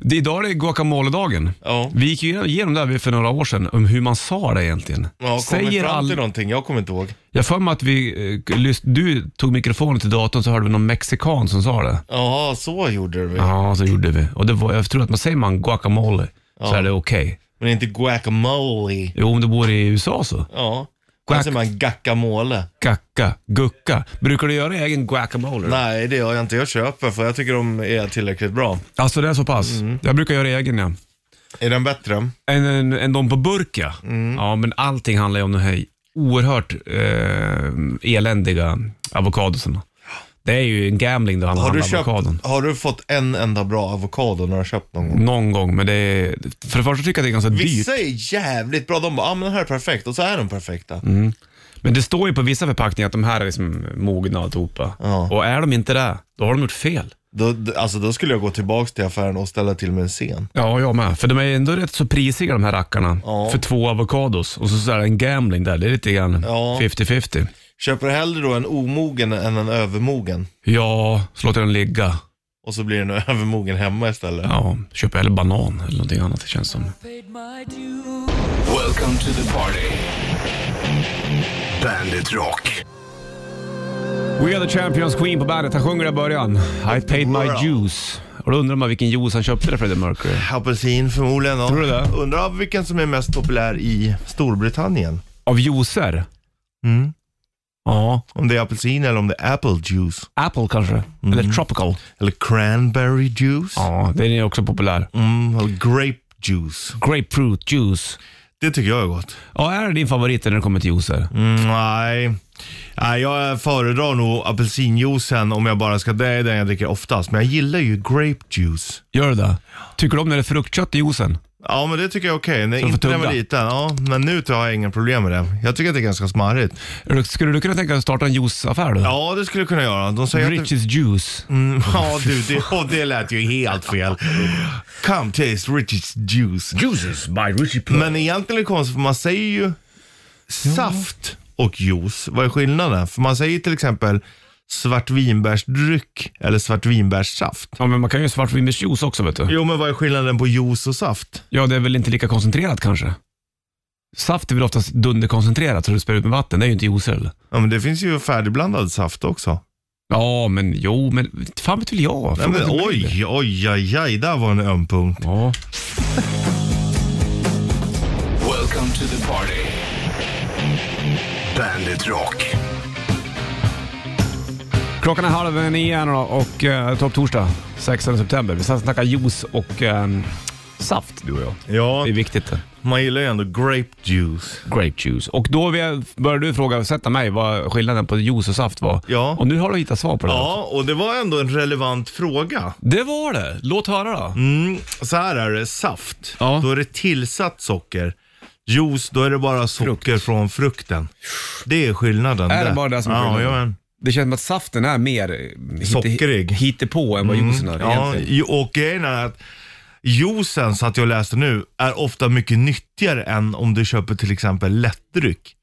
Det, idag är det guacamoledagen.
Ja.
Vi gick ju igenom det här för några år sedan om hur man sa det egentligen.
Ja, kommer fram till någonting. Jag kommer inte ihåg.
Jag får mig att vi, eh, lys- du tog mikrofonen till datorn så hörde vi någon mexikan som sa det.
Ja, så gjorde vi.
Ja, så gjorde vi. Och det var, jag tror att man säger man guacamole så är det okej.
Men inte guacamole.
Jo, om du bor i USA så.
Ja.
Guac-
Sen säger man guacamole.
Gacka, gucka. Brukar du göra egen guacamole?
Nej, det gör jag inte. Jag köper för jag tycker de är tillräckligt bra.
Alltså det är så pass.
Mm.
Jag brukar göra egen ja.
Är den bättre?
Än, än, än de på burk ja.
Mm.
Ja, men allting handlar ju om de här oerhört eh, eländiga avokadosarna. Det är ju en gambling då han
Har du,
handlar
köpt,
avokadon.
har du fått en enda bra avokado när du har köpt någon gång?
Någon gång, men det är, för det första tycker jag det är ganska dyrt.
Vissa är jävligt bra. De bara, ah, men den här är perfekt. Och så är de perfekta.
Men det står ju på vissa förpackningar att de här är liksom mogna och alltihopa.
Ja.
Och är de inte det, då har de gjort fel.
Då, d- alltså, då skulle jag gå tillbaka till affären och ställa till med en scen.
Ja, jag med. För de är ändå rätt så prisiga de här rackarna.
Ja.
För två avokados. Och så, så är det en gambling där. Det är lite grann
Ja.
50-50.
Köper du hellre då en omogen än en övermogen?
Ja, så låter den ligga.
Och så blir den övermogen hemma istället.
Ja, köper eller banan eller någonting annat det känns som.
Paid my dues.
Welcome to the party. Bandit Rock.
We are the champions Queen på bandet. Han sjunger i början. I paid my
Wow.
juice. Och då undrar man vilken juice han köpte där Freddie Mercury.
Apelsin förmodligen. Då.
Tror du det?
Undrar vilken som är mest populär i Storbritannien.
Av juicer?
Mm.
Ja.
Om det är apelsin eller om det är apple juice.
Apple kanske?
Mm.
Eller tropical?
Eller cranberry juice.
Ja, den är också populär.
Mm, eller grape juice.
Grapefruit juice.
Det tycker jag är gott.
Ja, är det din favorit när det kommer till juicer?
Mm, nej. nej, jag föredrar nog apelsinjuicen om jag bara ska. Det är den jag dricker oftast. Men jag gillar ju grape juice.
Gör du det? Tycker du om när det är fruktkött i juicen?
Ja, men det tycker jag är okej. Okay.
du får
Inte när jag var
tugga.
liten. Ja, men nu har jag inga problem med det. Jag tycker att det är ganska smarrigt.
Skulle du kunna tänka dig att starta en juiceaffär då?
Ja, det skulle jag kunna göra. De säger att det...
Riches Juice.
Mm, ja, du, det, och det lät ju helt fel. Come taste Richie's juice.
Juices by Richie Puss.
Men egentligen är det konstigt, för man säger ju saft och juice. Vad är skillnaden? För man säger ju till exempel svartvinbärsdryck eller svartvinbärssaft.
Ja, men man kan ju göra svartvinbärsjuice också vet du.
Jo, men vad är skillnaden på juice och saft?
Ja, det är väl inte lika koncentrerat kanske? Saft är väl oftast dunderkoncentrerat så du spär ut med vatten. Det är ju inte juice eller?
Ja, men det finns ju färdigblandad saft också.
Ja, men jo, men fan vet väl jag?
Nej,
Fråga
men,
till mig.
oj, oj, oj, oj, där var en öm punkt.
Ja.
Welcome to the party. Bandit Rock.
Klockan är halv nio här nu då och eh, topp torsdag 16 september. Vi ska snacka juice och ehm, saft du och jag.
Ja,
Det är viktigt. det.
man gillar ju ändå grape juice.
Grape juice. Och då vi- började du ifrågasätta mig vad skillnaden på juice och saft var.
Ja.
Och nu har du hittat svar på det.
Ja, och det var ändå en relevant fråga.
Det var det. Låt höra då.
Mm, så här är det, saft.
Ja.
Då är det tillsatt socker. Juice, då är det bara socker från frukten. Det är skillnaden.
Är det bara det som är skillnaden?
Ja, jajamän.
Det känns som att saften är mer eh, hitte-
Sockrig. Mm.
hittepå än vad juicen är
Ja,
egentligen.
ju- och grejen är att juicen, så att jag läste nu, är ofta mycket nyttigare än om du köper till exempel lättdryck.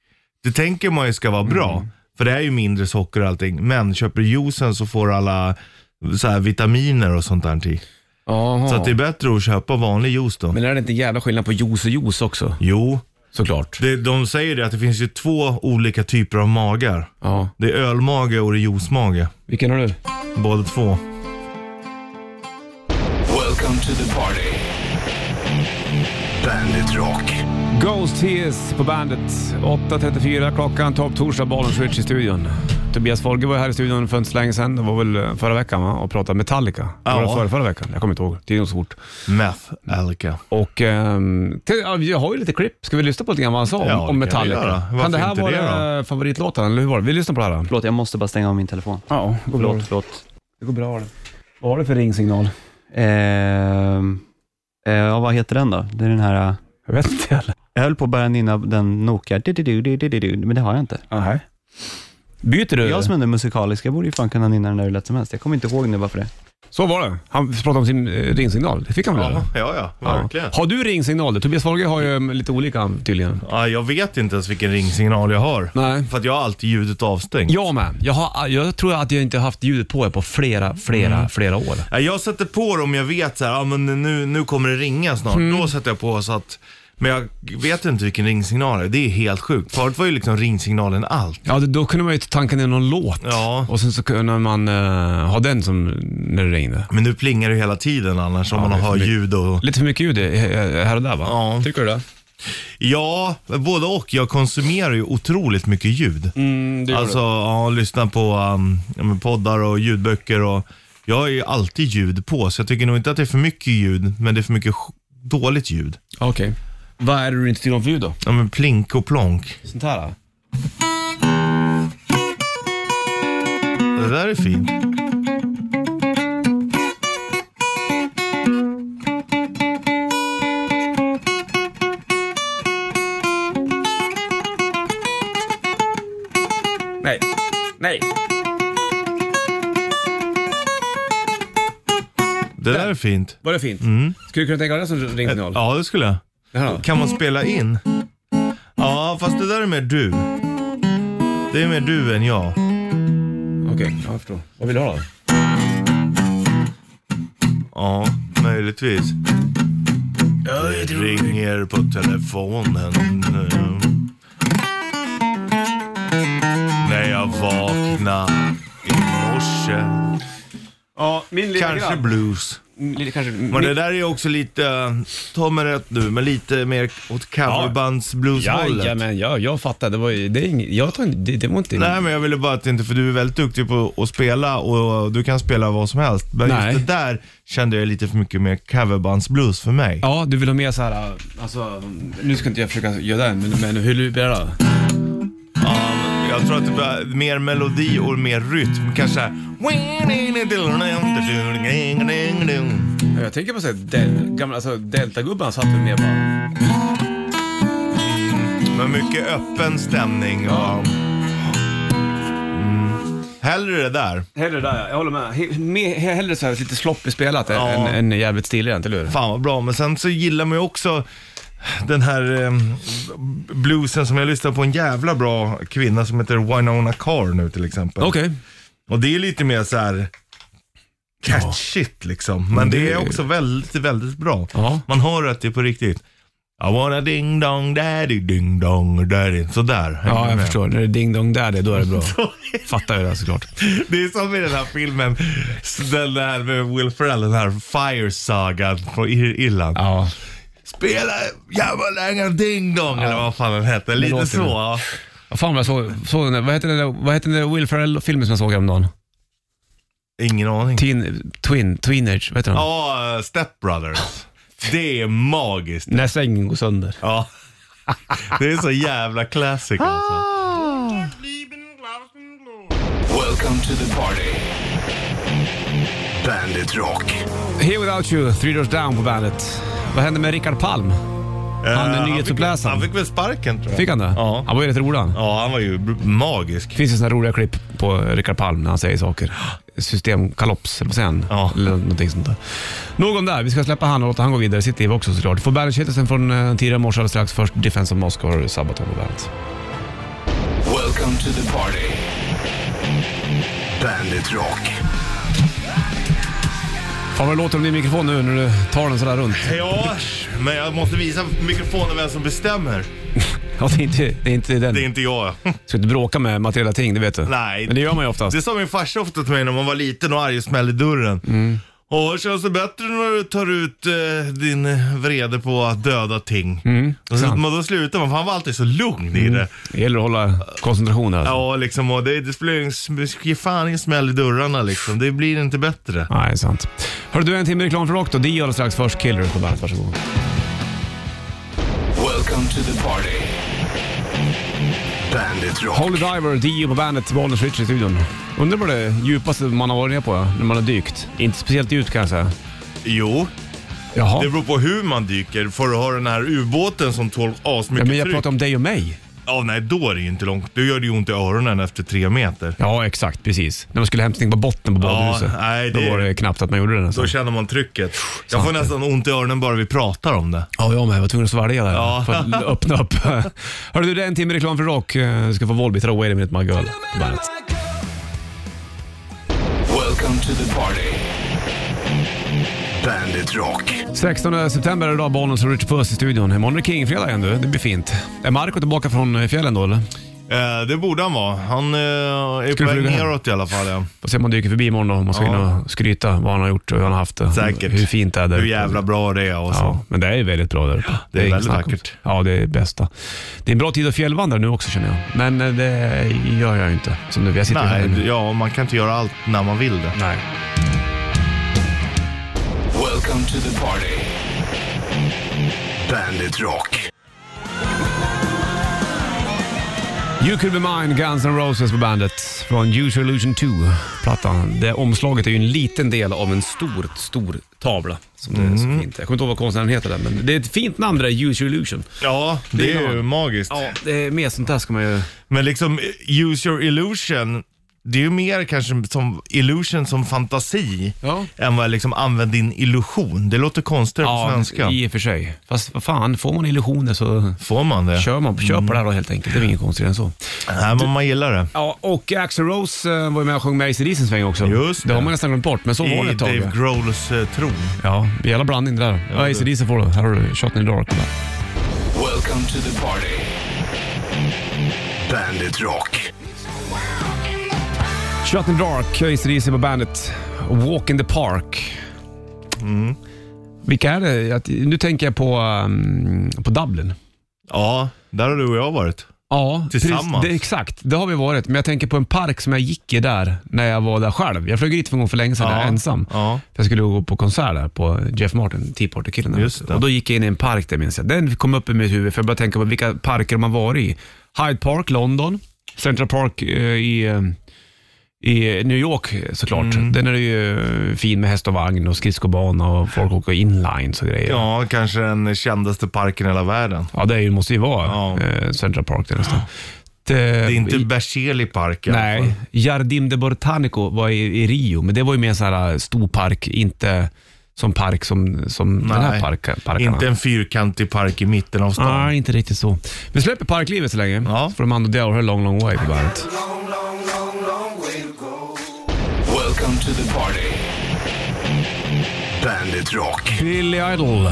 Det tänker man ju ska vara bra,
Mm.
för det är ju mindre socker och allting. Men köper du juicen så får du alla så här, vitaminer och sånt där i.
Jaha.
Så att det är bättre att köpa vanlig juice då.
Men är det inte en jävla skillnad på juice och juice också?
Jo,
Såklart.
det, de säger det att det finns ju två olika typer av magar.
Ja.
Det är ölmage och det är juicemage.
Vilken har du?
Båda två.
Welcome to the party. Bandit Rock.
Ghost Tears på bandet. 8.34 klockan, topp torsdag, Bollens Rich i studion. Tobias Folge var ju här i studion för inte så länge sedan. Det var väl eh, förra veckan va? och pratade Metallica. Det var
Ja.
det förra, förra veckan? Jag kommer inte ihåg. Tiden går så fort.
Meth, Alka.
Och ehm, till, ja, jag har ju lite klipp. Ska vi lyssna på lite grann vad han sa om,
Ja, det
om
kan vi göra.
Metallica?
Varför
kan det här
inte det
vara eh, favoritlåten, eller hur var det? Vi lyssnar på det här. då.
Förlåt, jag måste bara stänga av min telefon.
Ja, det går bra.
Förlåt, förlåt.
Det går bra det. Vad har du för ringsignal?
Ehm, eh, ja, vad heter den då? Det är den här... eh,
Jag vet inte heller.
Jag höll på att börja nynna den Nokia, du-du-du-du-du-du, men det har jag inte.
Nej. Byter du?
Jag som är den musikaliska borde ju fan kunna nynna den där hur lätt som helst. Jag kommer inte ihåg nu varför det.
Så var det. Han pratade om sin eh, ringsignal. Det fick han väl göra?
Ja, ja, ja, verkligen.
Har du ringsignaler? Tobias Folge har ju mm, lite olika tydligen.
Ja, jag vet inte ens vilken ringsignal jag har.
Nej.
För att jag har alltid ljudet avstängt.
Jag med. Jag, har, jag tror att jag inte har haft ljudet på er på flera, flera,
Mm.
flera år.
Ja, Jag sätter på det om jag vet så här, ah, men nu, nu kommer det ringa snart.
Mm.
Då sätter jag på så att, men jag vet inte vilken ringsignal det är. Det är helt sjukt. Förut var ju liksom ringsignalen allt.
Ja, det- då kunde man ju tanka ner någon låt.
Ja.
Och sen så kunde man eh, ha den som när det ringde.
Men nu plingar det hela tiden annars om
det
man
är
har
för mycket.
ljud och...
Lite för mycket ljud i- eh, här och där va?
Ja.
Tycker du det?
Ja, både och. Jag konsumerar ju otroligt mycket ljud.
Mm, det gör
Alltså, ja, lyssna på um, ja, men poddar och ljudböcker och jag har ju alltid ljud på, så jag tycker nog inte att det är för mycket ljud, men det är för mycket sj- dåligt ljud.
du. Okej. Vad är det du inte tycker om för ljud då?
Ja, men plink och plonk.
Sånt här? då?
Det där är fint.
Nej. Nej.
Det där är fint.
Var det fint? Skulle du kunna tänka dig det som ringsignal?
Mm. Ja, det skulle jag.
Det här då?
Kan man spela in? Ja, fast det där är mer du. Det är mer du än jag.
Okej, ja, jag förstår. Vad vill du ha då?
Ja, möjligtvis. Det ringer på telefonen. När jag vaknar i morse.
Ja, min
Kanske blues.
Lite kanske...
Men det där är ju också lite, eh, ta mig rätt nu, men lite mer åt coverbands-blues-hållet.
Jajamän, ja, jag fattar. Det var ju, det är inget, jag tar, det, det var inte...
Nej men jag ville bara att inte, för du är väldigt duktig på att spela och du kan spela vad som helst. Men
Nej.
just det där kände jag lite för mycket mer coverbandsblues för mig.
Ja, du vill ha mer så här, alltså, nu ska inte jag försöka göra den, men, men hur blir det då?
Ja, men jag tror att det blir mer melodi och mer rytm. Kanske såhär...
Jag tänker på såhär, del, gamla, alltså, deltagubbarna satt väl mer bara...
Med mycket öppen stämning och... Mm. Hellre det där.
Hellre där, jag håller med. He, me, hellre såhär lite sloppy spelat
Ja.
än, än jävligt stilrent, eller hur?
Fan vad bra, men sen så gillar man ju också den här eh, bluesen som jag lyssnar på en jävla bra kvinna som heter Winona Carr nu till exempel.
Okej.
Och det är lite mer så här catchigt liksom. Men det,
det är-
är också väldigt, väldigt bra.
Ja.
Man hör att det är på riktigt. I wanna ding dong daddy ding dong daddy. Sådär. Hänger
Ja,
du
jag
med?
förstår. När det är ding dong där det, då är det bra. Fattar ju det såklart.
Det är som i den här filmen, den där med Will Ferrell, den här Fire Sagan från Ir- Irland.
Ja.
Spela Jabba Ding Dong eller vad fan den hette. Lite
låter
så. ja.
Vad fan vad jag såg, såg den där, vad heter den där, vad heter den där Will Ferrell-filmen som jag såg häromdagen?
Ingen aning.
Typ. Teen, twin, Tweenage, vad heter den?
Ja, eh, Step Brothers. Det är magiskt.
När sängen går sönder.
Ja. Det är så jävla classic
Ah.
alltså.
Welcome to the party.
Bandit Rock.
Here Without You, Three Doors Down på bandet. Vad hände med Rickard Palm?
Eh,
är
fick-
nyhetsuppläsaren.
Han fick väl sparken tror jag.
Fick han det?
Ja.
Han var ju rätt rolig han.
Ja, han var ju br- magisk.
Det finns ju sådana roliga klipp på Rickard Palm när han säger saker. Systemkalops, eller vad säger han?
Ja.
Eller någonting sånt där. Nog om det. här. Vi ska släppa han och låta han gå vidare i sitt liv också såklart. Får bandet från eh, tidigare morse alldeles strax. Först Defense of Moscow och Sabaton på bandet.
Welcome to the party.
Bandit Rock.
Fan vad det låter om din mikrofon nu när du tar den sådär runt.
Ja, men jag måste visa mikrofonen vem som bestämmer.
Ja, det är inte, det är inte den.
Det är inte jag.
Ska inte bråka med materiella ting, det vet du.
Nej.
Men det gör man ju oftast.
Det sa min farsa ofta till mig när man var liten och arg och smällde i dörren.
Mm.
Åh, känns det bättre när du tar ut eh, din eh, vrede på att döda ting? och så,
Mm. sant. Mm.
men då slutar man, för han var alltid så lugn i det.
Det gäller att hålla koncentrationen. Alltså.
Ja, liksom, och det, det spelar ju ingen- ge fan ingen smäll i dörrarna liksom. Det blir inte bättre.
Nej, sant. Hör du en timme reklam för rock då? Dio alldeles strax. Först Killer på bandet. Varsågod.
Welcome to the party.
Bandit Rock.
Holy Diver, Dio på bandet, Bollnäs Rich i studion. Undrar vad det är djupaste man har varit ner på när man har dykt. Inte speciellt djupt kan jag säga.
Jo,
Jaha.
det beror på hur man dyker. Får du ha den här ubåten som tål
Ja,
asmycket
men jag
tryck.
pratar om dig och mig.
Ja, nej, då är det ju inte långt. Då gör det ju ont i öronen efter tre meter.
Ja, exakt. Precis. När man skulle hämta på botten på
Ja,
badhuset.
nej,
Då
det-
var det knappt att man gjorde det
Då
nästan.
känner man trycket. Jag får nästan ont i öronen bara vi pratar om det.
Ja, jag med. Jag var tvungen att svälja där
Ja.
för att öppna upp. Hör du, det är en timme reklam för rock. Eh, Du ska få Volbeat och Wait a minute my girl på bandet.
Welcome to the party.
Bandit Rock.
16 september är idag, Bollnäs och Rich Puss i studion. Imorgon är det Kingfredag igen du. Det blir fint. Är Marco tillbaka från eh, fjällen då eller?
Eh, det borde han vara. Han eh, är på
Skulle
väg
flyga hem. Mm,
neråt i alla fall. Ja.
Får se om man dyker förbi imorgon då, om man ska
Ja.
in och skryta vad han har gjort och hur han har haft det.
Säkert.
Hur fint det är där
Hur
ute.
jävla bra det är och så.
Ja, men det är ju väldigt bra där uppe.
det är
inget
väldigt
snack om
vackert.
det. Ja, det är det bästa. Det är en bra tid att fjällvandra nu också känner jag. Men eh, det gör jag ju inte. Som nu, jag sitter ju här
Nej,
inne.
d- ja, man kan inte göra allt när man vill det.
Nej.
Welcome to the party.
Bandit Rock.
You could be mine, Guns N' Roses på bandet. Från Usual Illusion 2-plattan. Det omslaget är ju en liten del av en stor, stor tavla. Som det är
Mm.
så fint. Jag kommer inte ihåg vad konstnären heter där, men det är ett fint namn det där, Usual Illusion.
Ja, det,
Det är
är ju
man.
magiskt.
Ja, det är mer sånt där ska man ju...
Men liksom, use your illusion. Det är ju mer kanske som illusion som fantasi
Ja.
än vad liksom använd din illusion. Det låter konstigt på svenska.
i och för sig. Fast vad fan, får man illusioner så
Får man det?
kör man kör på det här då helt enkelt. Det är väl inget konstigt än så.
Nej, men man gillar det.
Ja, och Axl Rose eh, var ju med och sjöng med AC en sväng också.
Just
det har
det.
man nästan glömt bort, men så var det
I
ett tag.
Dave
ja.
Grohls eh, tron.
Ja, jävla blandning det där. Ja, AC DC får du. Här har du Shot in the Dark.
Welcome to the party.
Bandit Rock.
Shot in the Dark, AC DC på bandet. Walk in the Park. Vilka är det? Jag- Nu tänker jag på, um, på Dublin.
Ja, där har du och jag varit.
Ja,
Tillsammans.
precis. Det, exakt. Det har vi varit. Men jag tänker på en park som jag gick i där när jag var där själv. Jag flög dit för en gång för länge sedan
Ja.
när jag var ensam.
Ja.
För jag skulle gå på konsert där på Jeff Martin, Tea Party-killen. där.
Just det.
Och då gick jag in i en park där minns jag. Den kom upp i mitt huvud för jag började tänka på vilka parker man varit i. Hyde Park, London. Central Park eh, i, eh, i New York såklart.
Mm.
Den är ju eh, fin med häst och vagn och skridskobana och folk åker inline och grejer. Ja,
Ja, kanske den kändaste parken i hela världen.
det är ju, måste ju vara
Ja.
eh, Central Park där nästan. Det
Det är inte Berzelii park i alla fall.
Nej, Jardim de Botanico var i, i Rio, men det var ju mer en sån här äh, stor park, inte som park som, som den här
Nej,
parken. parkerna.
Inte en fyrkantig park i mitten av stan.
Nej, inte riktigt så. Vi släpper parklivet så länge.
Ja.
Så får de Mando Diao här Long Long Way på bandet.
Welcome to the party.
Bandit Rock.
Billy Idol,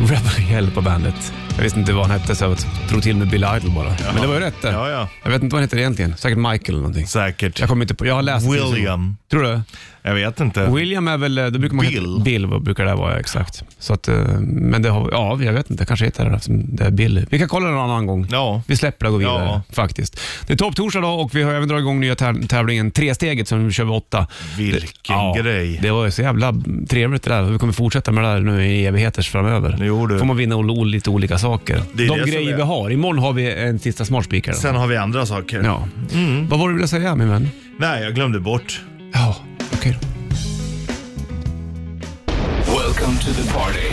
Rebel Yell på bandet. Jag visste inte vad han hette så jag drog till med Billy Idol bara. Men det var ju rätt det.
Ja, ja.
Jag vet inte vad han heter egentligen. Säkert Michael eller någonting.
Säkert.
Jag kommer inte på, jag har läst det.
William.
Tror du?
Jag vet inte.
William är väl, eh, då brukar man
Bill.
Heta, Bill vad brukar det vara, ja, exakt. Så att, eh, men det har, ja, jag vet inte, jag kanske heter det eftersom det är Bill. Vi kan kolla det någon annan gång.
Ja.
Vi släpper det och går vidare
Ja.
faktiskt. Det är topptorsdag idag och vi har även dragit igång nya täv- tävlingen Tresteget som vi kör vid åtta.
Vilken grej.
Det var ju så jävla trevligt det där. Vi kommer fortsätta med det där nu i evigheters framöver.
Jo, du.
får man vinna ol- ol- lite olika saker.
Det är
De
det som
grejer
är-
vi har. Imorgon har vi en sista smartspikare.
Sen Mm. har vi andra saker.
Ja. Vad var det du ville säga min vän?
Nej, jag glömde bort.
Ja, okej då.
Welcome to the party.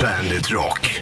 Bandit Rock.